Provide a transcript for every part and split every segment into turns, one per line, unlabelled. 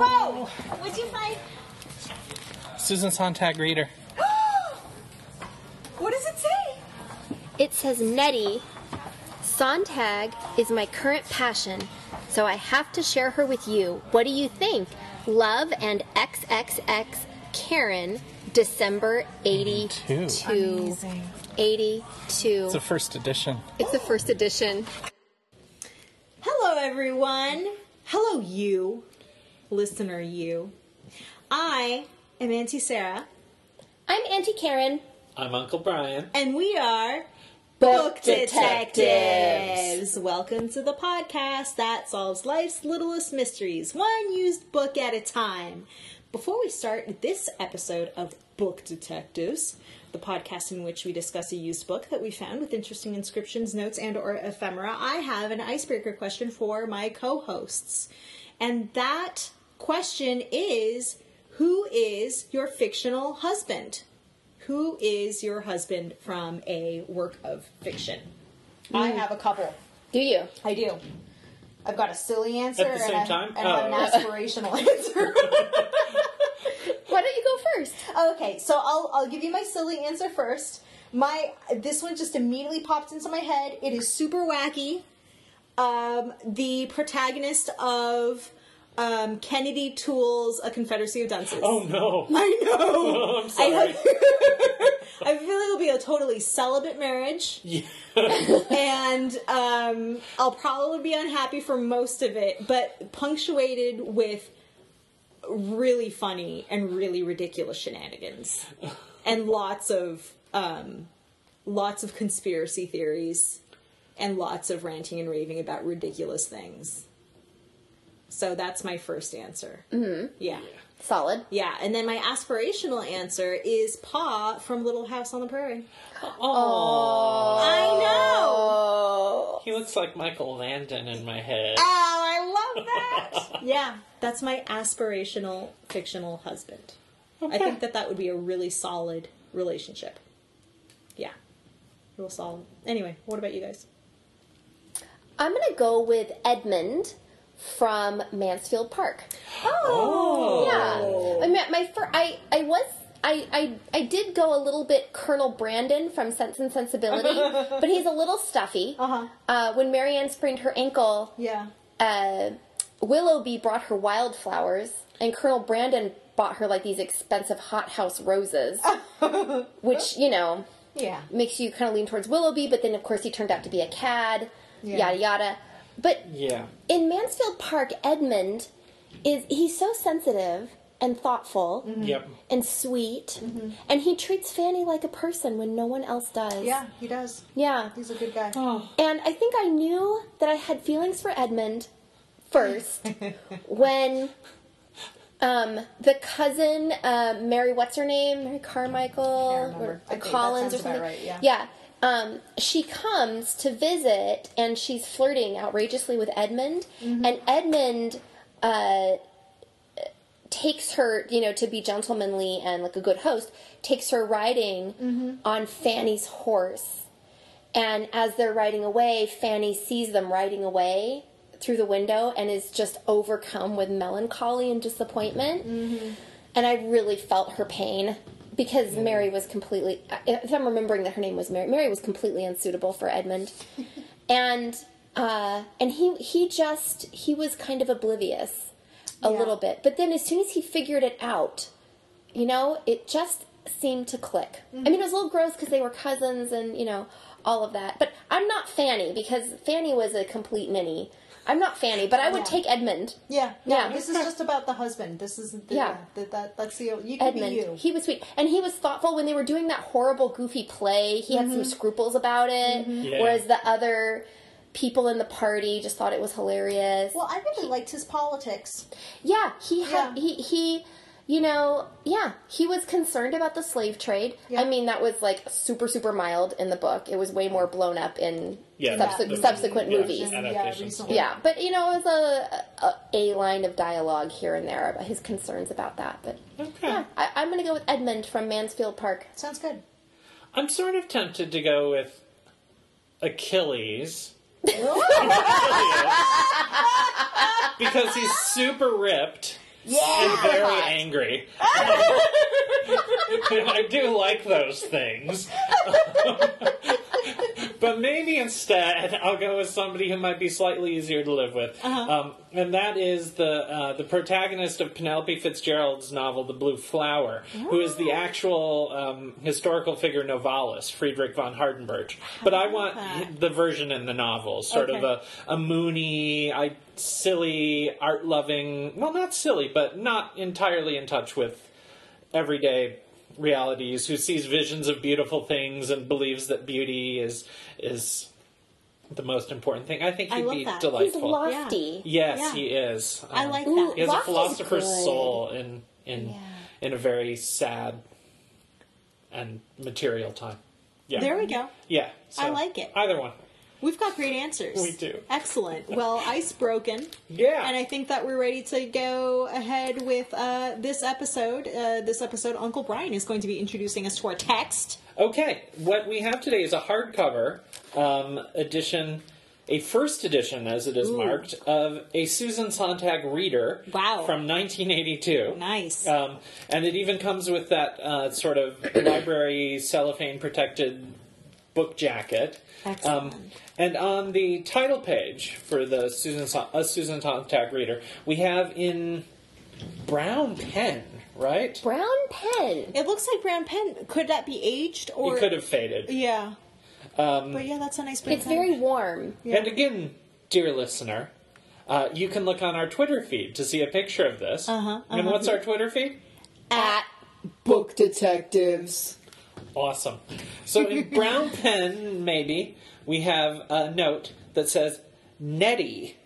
Carol.
What'd you find?
Susan Sontag reader.
What does it say?
It says Nettie. Sontag is my current passion, so I have to share her with you. What do you think? Love and XXX Karen, December 82.
82.
Amazing.
82.
It's the first edition.
It's the first edition.
Hello, everyone. Hello, you. Listener, you. I am Auntie Sarah,
I'm Auntie Karen.
I'm Uncle Brian.
and we are
Book
Detectives. Welcome to the podcast that solves life's littlest mysteries, one used book at a time. Before we start this episode of Book Detectives, the podcast in which we discuss a used book that we found with interesting inscriptions, notes, and or ephemera, I have an icebreaker question for my co-hosts. And that question is who is your fictional husband? Who is your husband from a work of fiction?
Hmm.
I have a couple.
Do you?
I do. I've got a silly answer
At the same
and, a-
time?
and an
Oh.
aspirational answer.
Why don't you go first?
okay, so I'll I'll give you my silly answer first. My this one just immediately popped into my head. It is super wacky. Um, the protagonist of um, Kennedy Tools, A Confederacy of Dunces.
Oh no!
I know.
Oh, I'm
I,
sorry.
hope- I feel like it'll be a totally celibate marriage,
Yeah.
and um, I'll probably be unhappy for most of it, but punctuated with really funny and really ridiculous shenanigans, and lots of um, lots of conspiracy theories, and lots of ranting and raving about ridiculous things. So that's my first answer. Mm-hmm. yeah.
Solid.
Yeah, and then my aspirational answer is Pa from Little House on the Prairie.
Oh.
I know.
Oh.
He looks like Michael Landon in my head.
Uh,
Oh, I love that. yeah, that's my aspirational fictional husband. I think that that would be a really solid relationship. Yeah, real solid. Anyway, what about you guys?
I'm going to go with Edmund from Mansfield Park.
Oh,
Yeah, I mean, my fir- I I was I, I I did go a little bit Colonel Brandon from Sense and Sensibility, but he's a little stuffy.
Uh-huh.
Uh, when Marianne sprained her ankle,
yeah.
uh, Willoughby brought her wildflowers, and Colonel Brandon bought her like these expensive hothouse roses, which you know
Yeah.
makes you kind of lean towards Willoughby. But then of course he turned out to be a cad,
Yeah.
yada yada. But
Yeah.
in Mansfield Park, Edmund is he's so sensitive and thoughtful
Mm-hmm.
Yep.
and sweet, and he treats Fanny like a person when no one else does.
Yeah, he does.
Yeah. Oh.
He's a good guy.
And I think I knew that I had feelings for Edmund first when um, the cousin, uh, Mary, what's her name? Mary Carmichael,
remember.
or
I think that
Collins, or
sounds about
something.
right, yeah.
Um, she comes to visit, and she's flirting outrageously with Edmund,
Mm-hmm.
and Edmund. Uh, takes her, you know, to be gentlemanly and like a good host, takes her riding
Mm-hmm.
on Fanny's horse. And as they're riding away, Fanny sees them riding away through the window and is just overcome with melancholy and disappointment. And I really felt her pain because Mary was completely, I- if I'm remembering that her name was Mary, Mary was completely unsuitable for Edmund. and, uh, and he, he just, he was kind of oblivious a
Yeah.
little bit. But then as soon as he figured it out, you know, it just seemed to click. I mean, it was a little gross because they were cousins and, you know, all of that. But I'm not Fanny because Fanny was a complete ninny. I'm not Fanny, but I would
Yeah.
take Edmund.
Yeah, no,
Yeah.
This is just about the husband. This is the,
Yeah.
That, that that's the you can be you.
Edmund. He was sweet. And he was thoughtful when they were doing that horrible, goofy play. He had
Mm-hmm.
some scruples about it.
Yeah.
Whereas the other people in the party just thought it was hilarious.
Well, I really liked his politics.
Yeah, he had
Yeah.
he he you know, yeah, he was concerned about the slave trade.
Yeah.
I mean, that was like super super mild in the book. It was way more blown up in
Yeah,
subse-
the- the-
subsequent
yeah,
movies. Yeah.
yeah. Adaptations.
uh, recently.
but you know, it was a, a a line of dialogue here and there about his concerns about that. But yeah, I, I'm gonna go with Edmund from Mansfield Park.
Sounds good.
I'm sort of tempted to go with Achilles. because he's super ripped and
Yeah.
very angry. I do like those things. but maybe instead, I'll go with somebody who might be slightly easier to live with. Um, and that is the uh, the protagonist of Penelope Fitzgerald's novel, The Blue Flower, who is the actual um, historical figure Novalis, Friedrich von Hardenberg. But I want
Ah.
the version in the novel, sort of
Okay.
a, a moony, I, silly, art loving, well, not silly, but not entirely in touch with everyday realities who sees visions of beautiful things and believes that beauty is is the most important thing. I think
I
he'd
love
be
that. He's
He's
delightful.
lofty.
yes,
Yeah.
he is.
I
Um,
like
Ooh,
that.
He has
Lofty's
a philosopher's
good.
soul in in
Yeah.
in a very sad and material time. Yeah.
There we go.
Yeah.
I
so
like it.
Either one.
We've got great answers.
We do.
Excellent. Well, ice broken.
Yeah.
And I think that we're ready to go ahead with uh, this episode. Uh, this episode, Uncle Brian is going to be introducing us to our text.
Okay, what we have today is a hardcover um, edition, a first edition, as it is
Ooh.
marked, of a Susan Sontag reader.
Wow.
From 1982.
Nice.
Um, and it even comes with that uh, sort of library cellophane protected book jacket. Um,
Excellent.
and on the title page for the Susan Son- uh, Susan Sontag reader, we have in brown pen, right?
Brown pen.
It looks like brown pen. Could that be aged or?
It could have faded.
Yeah.
Um,
But yeah, that's a nice. brown
It's
pen.
very warm.
Yeah.
And again, dear listener, uh, you can look on our Twitter feed to see a picture of this.
Uh-huh,
And what's our Twitter feed?
At
book detectives.
Awesome. So in brown pen, maybe, we have a note that says, Nettie,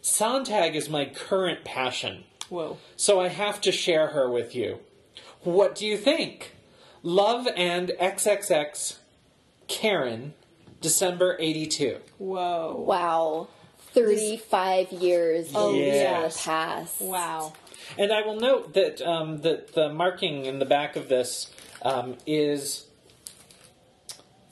Sontag is my current passion,
Whoa.
so I have to share her with you. What do you think? Love and XXX Karen, December 82.
Whoa.
wow, thirty-five years oh,
yes.
past.
Wow.
And I will note that um, that the marking in the back of this um, is.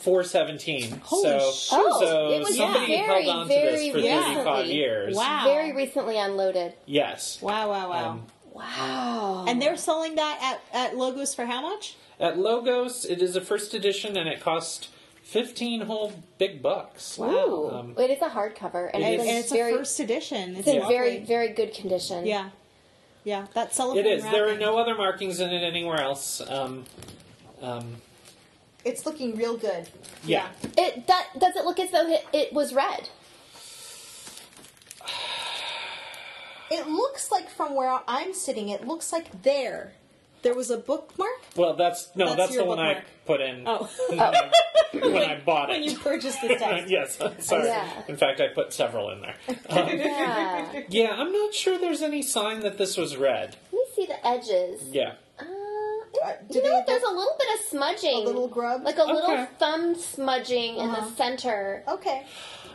417.
Holy
so,
shoot.
Oh,
so
it was
somebody
very,
held on to this
very
for
recently.
35 years.
Wow.
Very recently unloaded.
Yes.
Wow. Wow. Wow.
Um,
Wow.
and they're selling that at, at Logos for how much?
At Logos, it is a first edition and it cost 15 whole big bucks.
Ooh,
Um,
it is a hardcover, and,
it
it
is.
is
And it's
very,
a first edition. It's
it's in
lovely.
very, very good condition.
Yeah. Yeah. That's cellophane.
It is. There are
wrapping.
no other markings in it anywhere else. Um, um,
It's looking real good.
yeah.
It that does it look as though it, it was red?
Yeah. It looks like from where I'm sitting, it looks like there. There was a bookmark.
Well, that's no,
That's
that's,
your
the one I
bookmark.
put in
Oh.
when I bought it.
when you purchased this text.
yes, sorry.
Yeah.
In fact, I put several in there. Um,
Yeah. Let
yeah, I'm not sure there's any sign that this was red.
me see the edges.
Yeah.
Uh,
do
you know
they
what? There's
look-
a little bit of smudging,
A little grub?
like a little
Okay.
thumb smudging in the
Uh-huh.
center
Okay.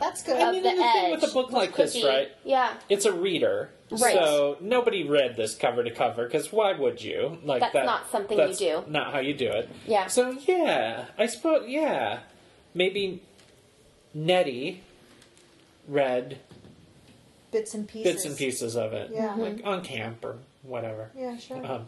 That's good.
of
mean,
the
the thing
edge.
with a book like this,
Cookie.
right?
Yeah,
It's a reader,
Right.
so nobody read this cover to cover. Because why would you? Like
That's
that,
not something you
that's
do.
Not how you do it.
Yeah.
So yeah, I suppose yeah, maybe Nettie read
Bits and pieces.
bits and pieces of it,
Yeah.
Mm-hmm.
like on camp or whatever.
Yeah, sure.
Um,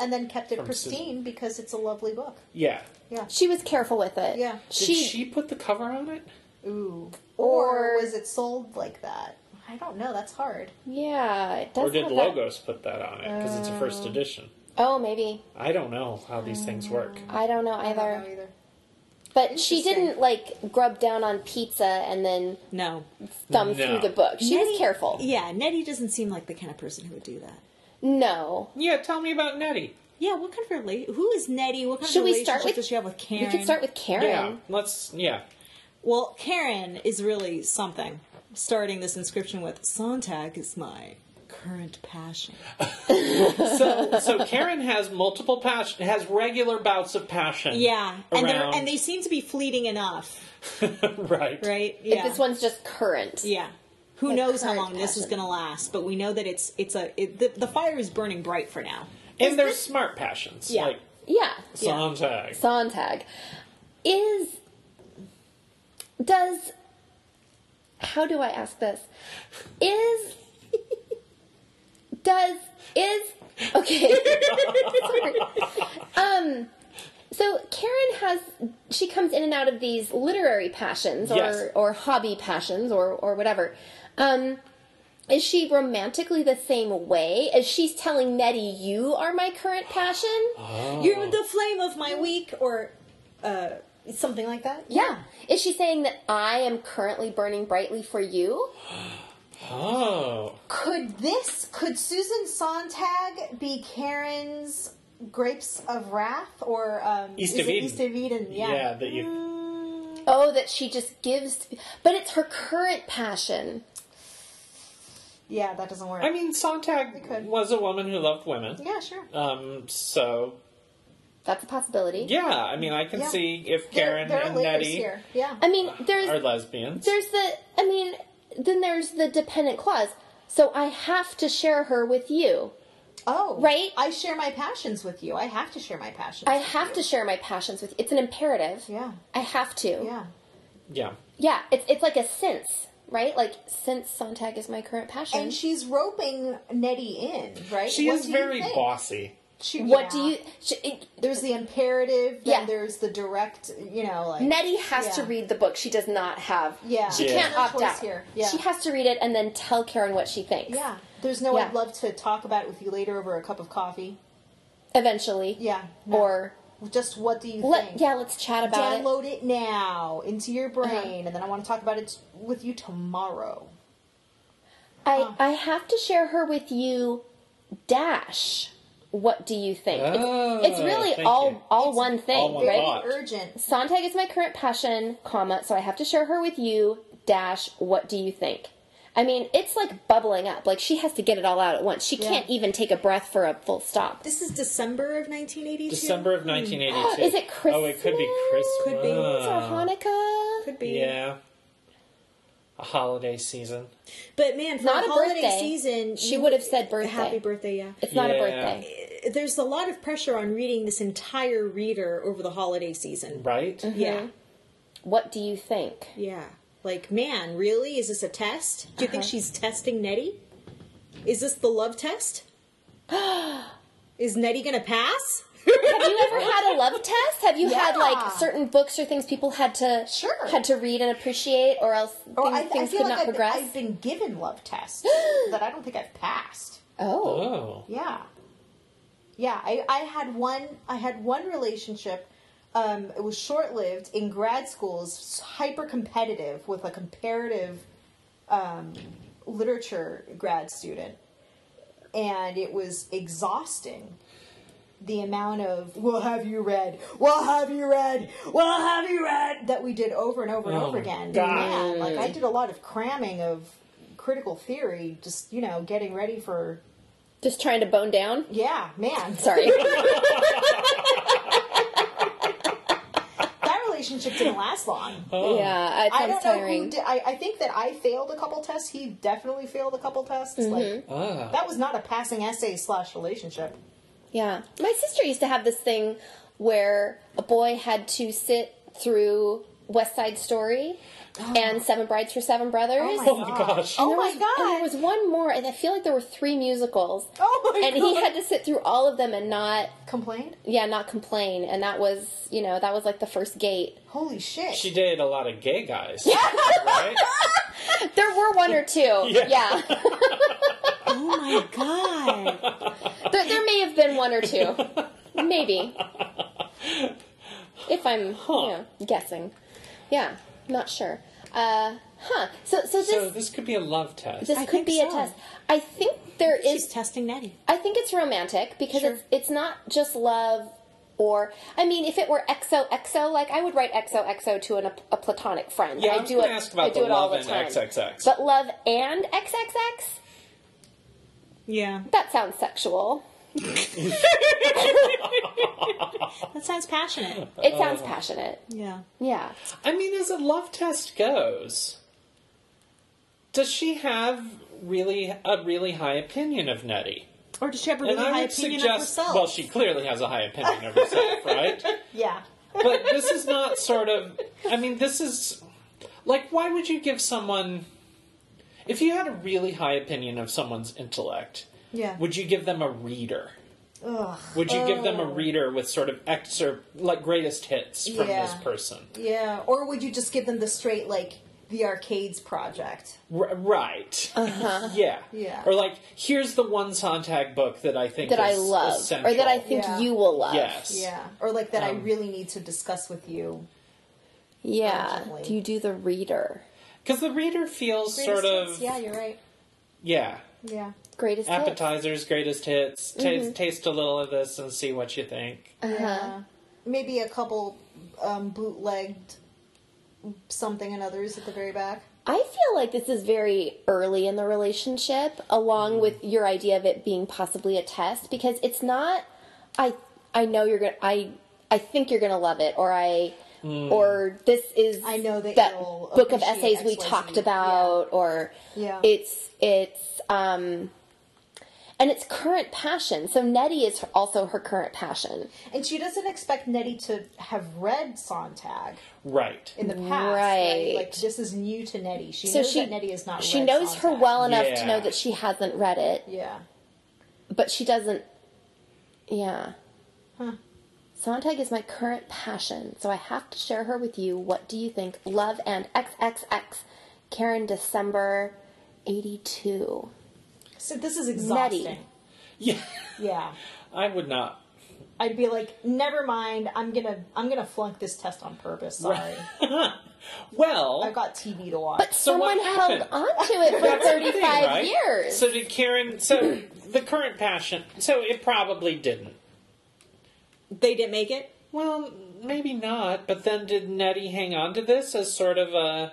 and then kept it
From Susan.
pristine because it's a lovely book.
yeah.
Yeah.
she was careful with it.
Yeah.
Did
she,
she put the cover on it?
Ooh.
Or-
Or was it sold like that? I don't know. That's hard.
yeah, it does
Or did
have that-
Logos put that on it? Because it's a first edition.
Oh, maybe
I don't know how these things work.
I don't know either.
I don't know either.
But she
Interesting.
didn't like grub down on pizza and then
No.
thumb
No.
through the book. She was careful.
Yeah, Nettie doesn't seem like the kind of person who would do that.
No,
Yeah, tell me about Nettie.
Yeah, what kind of relation? Who is Nettie? What kind
Should
of
we
relationship
start with-
does she have with Karen?
we could start with Karen.
Yeah, let's. Yeah,
Well, Karen is really something. Starting this inscription with Sontag is my current passion.
so so Karen has multiple passion has regular bouts of passion.
Yeah, and they're
around,
and they seem to be fleeting enough,
right.
right?
If
Yeah,
this one's just current.
yeah. Who
Like
knows how
current
long this is
passion.
going to last? But we know that it's it's a it, the, the fire is burning bright for now.
And they're smart passions.
Yeah.
Like
Yeah.
Sontag.
Sontag is does how do I ask this? Is does is okay. Sorry. Um, so Karen has she comes in and out of these literary passions or
Yes.
or hobby passions or or whatever. Um, is she romantically the same way as she's telling Nettie, "You are my current passion"?
You're the flame of my week, or uh, something like that.
Yeah. Is she saying that I am currently burning brightly for you?
Oh.
Could this, could Susan Sontag be Karen's Grapes of Wrath or um,
East
is
of
it
Eden.
East of Eden, yeah.
Yeah, that you.
Mm,
Oh, that she just gives, but it's her current passion.
yeah, that doesn't work.
I mean, Sontag
could.
was a woman who loved women.
yeah, sure.
Um, so
That's a possibility.
yeah, I mean, I can
Yeah.
see if
There-
Karen
there are
and
layers
Nettie
here. Yeah.
I mean, there's
are lesbians.
there's the I mean, then there's the dependent clause. So I have to share her with you.
Oh,
Right?
I share my passions with you. I have to share my passions.
I have to share my passions with you. It's an imperative.
Yeah.
I have to.
yeah.
Yeah.
Yeah, it's it's like a since, right? Like since Sontag is my current passion.
And she's roping Nettie in, right?
She
What
is
do you
very
think?
bossy.
She,
what do
yeah.
you sh it,
There's the imperative, then
Yeah.
there's the direct, you know, like.
Nettie has to
Yeah.
read the book. She does not have.
Yeah.
She
Yeah.
can't
No
opt
choice
out.
here. Yeah.
She has to read it and then tell Karen what she thinks.
Yeah. There's no
Yeah.
I'd love to talk about it with you later over a cup of coffee.
Eventually.
Yeah. no.
Or
just what do you
let
think?
yeah, let's chat about it.
Download it. Uh-huh. now into your brain, and then I want to talk about it t- with you tomorrow.
I
Uh-huh.
I have to share her with you. Dash. What do you think?
Oh,
it's, it's really
thank
all
you.
all one thing,
all one
right?
thought.
Urgent.
Sontag is my current passion, comma. So I have to share her with you. Dash. What do you think? I mean, it's like bubbling up. Like she has to get it all out at once. She
Yeah.
can't even take a breath for a full stop.
This is December of 1982.
December of 1982.
Is it Christmas?
Oh, it could be Christmas.
Could be. It's
Uh.
or Hanukkah.
Could be.
Yeah. A holiday season.
But man, for
Not
the
a
holiday
birthday.
season,
She
you-
would have said birthday.
happy birthday. Yeah.
It's not a
Yeah.
birthday.
There's a lot of pressure on reading this entire reader over the holiday season.
Right?
Mm-hmm.
Yeah.
What do you think?
Yeah. Like, man, really? Is this a test? Do you
Uh-huh.
think she's testing Nettie? Is this the love test? Is Nettie gonna pass?
Have you ever had a love test? Have you had
Yeah.
like certain books or things people had to
Sure. Oh,
had to read and appreciate, or else things, things could not
I've,
progress?
I've been given love tests that I don't think I've passed.
oh,
Oh.
Yeah. Yeah, I, I had one I had one relationship. Um, it was short lived in grad school. It was hyper competitive with a comparative um, literature grad student, and it was exhausting. The amount of "Well, have you read? Well, have you read? Well, have you read?" that we did over and over and
Oh
over
my
again.
God.
Man, like I did a lot of cramming of critical theory, just you know, getting ready for
just trying to bone down.
yeah, man.
Sorry.
That relationship didn't last long.
yeah, it sounds
I don't know. Who
tiring.
did, I, I think that I failed a couple tests. He definitely failed a couple tests.
Mm-hmm.
Like
Ah.
that was not a passing essay slash relationship.
Yeah, my sister used to have this thing where a boy had to sit through West Side Story and Seven Brides for Seven Brothers.
Oh my gosh.
There
Oh my
was- And there
god.
was one more, and I feel like there were three musicals.
Oh my
and
god.
he had to sit through all of them and not,
complained.
yeah, not complain. And that was, you know, that was like the first gate.
Holy shit.
She dated a lot of gay guys. Right?
There were one or two. yeah.
oh my god.
there, there may have been one or two. Maybe. If I'm, you know, guessing. Yeah, not sure. Uh, huh. So, so this,
So this could be a love test.
this
I
could
think
be a
so.
test. I think there is.
She's testing Nettie.
I think it's romantic because
Sure.
it's it's not just love or I mean if it were XOXO like I would write XOXO to an, a platonic friend.
Yeah, I
I
was
do
gonna
it
ask about
I do
the
it all
love
the
and
time.
XXX.
But love and XXX
Yeah.
that sounds sexual.
That sounds passionate.
It sounds passionate.
Yeah.
Yeah.
I mean, as a love test goes, does she have really a really high opinion of Nettie?
Or does she have a really
and I
high
would
opinion
suggest,
of herself?
well, she clearly has a high opinion of herself, right?
yeah.
But this is not sort of. I mean, this is like, why would you give someone if you had a really high opinion of someone's intellect?
Yeah.
would you give them a reader?
Ugh.
Would you give
Oh.
them a reader with sort of excerpt, like greatest hits from
Yeah.
this person?
Yeah. Or would you just give them the straight like the arcades project?
R- right.
Uh-huh.
Yeah.
Yeah.
Or like, here's the one Sontag book that I think
that I
is
love
essential.
or that I think
Yeah.
you will love.
Yes. Um.
Yeah. Or like that I really need to discuss with you.
Yeah.
Urgently.
Do you do the reader?
Because the reader feels sort
Greatest
of
hits. Yeah, you're right.
yeah.
Yeah.
Greatest hits.
appetizers, greatest hits.
Mm-hmm.
Taste taste a little of this and see what you think.
Uh, Uh-huh.
Yeah. Maybe a couple um, bootlegged something and others at the very back.
I feel like this is very early in the relationship, along with your idea of it being possibly a test, because it's not. I I know you're gonna. I I think you're gonna love it, or I. Or this is
I know that you'll
book of
appreciate
essays we
XYZ.
talked about, or
Yeah.
it's it's um, and it's current passion. So Nettie is also her current passion,
And she doesn't expect Nettie to have read Sontag
Right.
in the past.
Right.
Like this is new to Nettie. She
so
knows
she
that Nettie is not.
she
read
knows her
Sontag.
well enough to
Yeah.
know that she hasn't read it.
Yeah.
but she doesn't. Yeah. Sontag is my current passion, so I have to share her with you. What do you think? Love and XXX, Karen December 82.
So this is exhausting.
Nettie.
Yeah.
Yeah.
I would not.
I'd be like, never mind. I'm gonna I'm gonna flunk this test on purpose. Sorry, I've
Well,
got TV to watch.
But
So what
someone held
happened?
on to it for
that's the thing,
35
right?
years.
So did Karen? So the current passion. So it probably didn't.
they didn't make it.
Well, maybe not. But then did Nettie hang on to this as sort of a?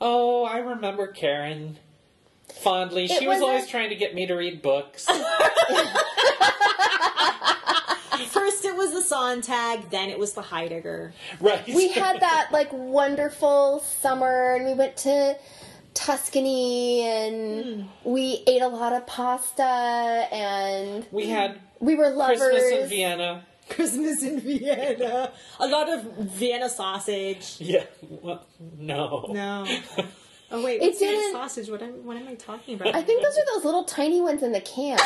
Oh, I remember Karen fondly. She was,
was a-
always trying to get me to read books.
First, it was the Sontag. Then it was the Heidegger.
right.
we had that like wonderful summer and we went to Tuscany and we ate a lot of pasta and
We had
we were lovers.
Christmas in Vienna.
Christmas in Vienna. A lot of Vienna sausage.
Yeah. Well, no.
No. Oh wait,
It
what's Vienna
didn't-
sausage? What am, what am I talking about?
I think those are those little tiny ones in the can.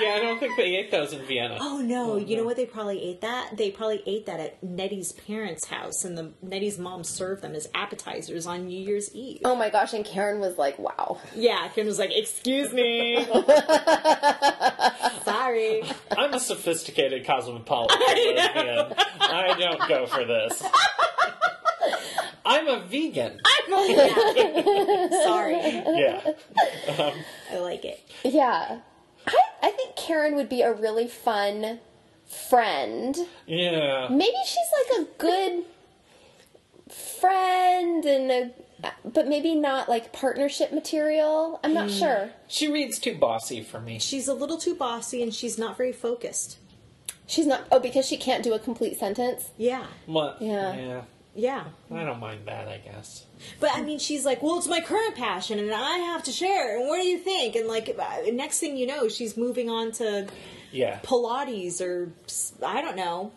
Yeah, I don't think they ate those in Vienna.
Oh no, you know what they probably ate that? They probably ate that at Nettie's parents' house and the Nettie's mom served them as appetizers on New Year's Eve.
oh my gosh! And Karen was like, "Wow."
Yeah, Kim was like, "Excuse me." Sorry.
I'm a sophisticated cosmopolitan lesbian. I don't go for this. I'm a vegan.
Sorry.
Yeah.
I like it.
Yeah, I I think Karen would be a really fun friend.
Yeah.
Maybe she's like a good friend and a, but maybe not like partnership material. I'm
Mm.
not sure.
She reads too bossy for me.
She's a little too bossy and she's not very focused.
She's not. Oh, because she can't do a complete sentence.
Yeah.
What?
Yeah.
yeah.
Yeah.
I don't mind that, I guess.
But I mean, she's like, well, it's my current passion, and I have to share. And what do you think? And like, uh, next thing you know, she's moving on to
Yeah.
Pilates or s- I don't know.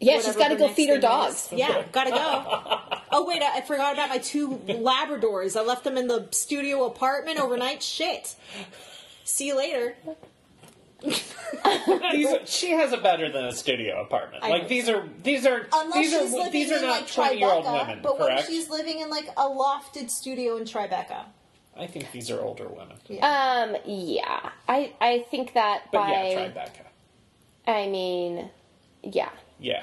Yeah, she's got to
whatever her
go
next
feed her
thing
dogs.
is. Yeah, gotta go. Oh wait, I I forgot about my two Labradors. I left them in the studio apartment overnight. Shit. See you later.
These are- she has a better than a studio apartment.
I
like
know.
these are these are
Unless
these
she's
are
living
these
in
are not
like
twenty year old
Tribeca,
women,
but
correct?
what if she's living in like a lofted studio in Tribeca?
I think these are older women.
Um. Yeah. I I think that
But
by.
yeah, Tribeca.
I mean, yeah.
Yeah.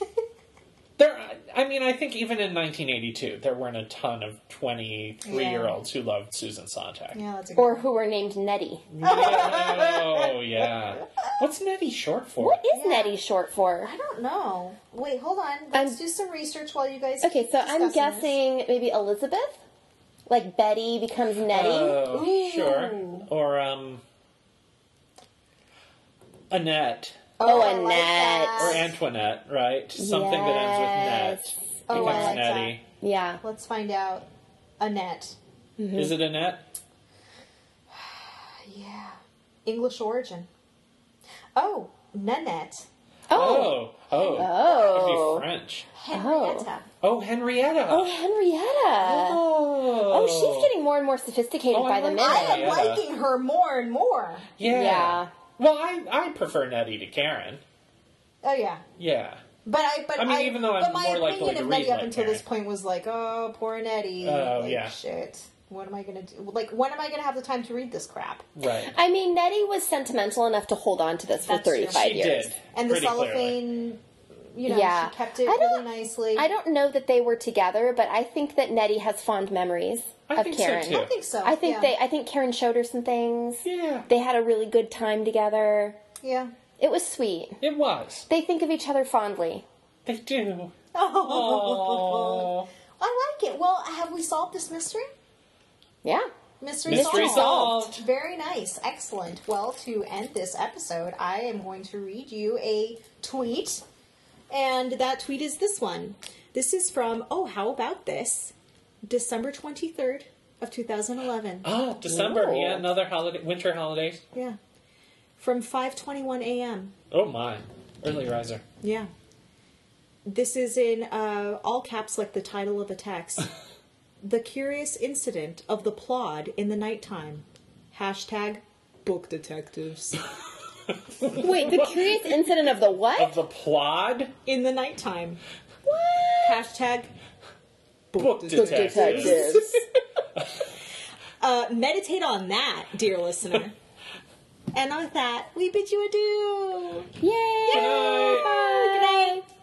there, I mean, I think even in 1982, there weren't a ton of 23 year olds who loved Susan Sontag.
Yeah, that's a
Or who were named Nettie.
Oh, yeah. What's Nettie short for?
What is
Yeah.
Nettie short for?
I don't know. Wait, hold on. Let's
I'm-
do some research while you guys.
Okay,
keep
so I'm
discussing this.
guessing maybe Elizabeth? Like Betty becomes Nettie?
Oh,
Ooh.
sure. Or, um, Annette.
oh,
I like
Annette.
that.
Or Antoinette, right? Something that ends with net.
Oh, I
becomes
like that.
Nettie.
yeah.
Let's find out. Annette.
Mm-hmm.
Is it Annette?
Yeah. English origin. Oh, Nanette.
Oh,
Oh, oh,
Oh.
Could be French.
Henrietta.
Oh, Henrietta.
oh, Henrietta. Oh, she's getting more and more sophisticated
Oh, I
by the
like
minute.
I am
Yeah.
liking her more and more.
Yeah.
Yeah.
Well, I I prefer Nettie to Karen.
Oh yeah.
Yeah.
But I, but
I mean, even though I'm
but my
more likely
opinion
to
of
read
Nettie up
like
until
Karen.
this point was like, oh, poor Nettie.
Oh,
like,
yeah.
Shit. What am I gonna do? Like, when am I gonna have the time to read this crap?
Right.
I mean, Nettie was sentimental enough to hold on to this for
That's true.
35
she
years.
did.
And the
pretty clearly.
cellophane, you know,
Yeah.
she kept it
I
really
don't-
nicely.
I don't know that they were together, but I think that Nettie has fond memories
I
of
think so,
Karen.
too.
I think so.
I think
yeah.
they. I think Karen showed her some things.
Yeah.
They had a really good time together.
Yeah.
It was sweet.
It was.
They think of each other fondly.
They do.
Oh.
Oh.
I like it. Well, have we solved this mystery?
Yeah.
Mystery,
Mystery
solved.
solved.
Very nice. Excellent. Well, to end this episode, I am going to read you a tweet. And that tweet is this one. This is from, oh, how about this? December 23rd of 2011.
Oh, December.
Whoa.
Yeah, another holiday, winter holidays.
Yeah. From 5:21 a.m.
Oh my, early riser.
Yeah. This is in uh, all caps like the title of a text. the curious incident of the plod in the nighttime. Hashtag book detectives.
Wait, the curious incident of the
Of
what?
the plod,
in the nighttime. Hashtag
book detectives.
uh, meditate on that, dear listener. and with that, we bid you adieu.
Yay!
Good night.
Good night.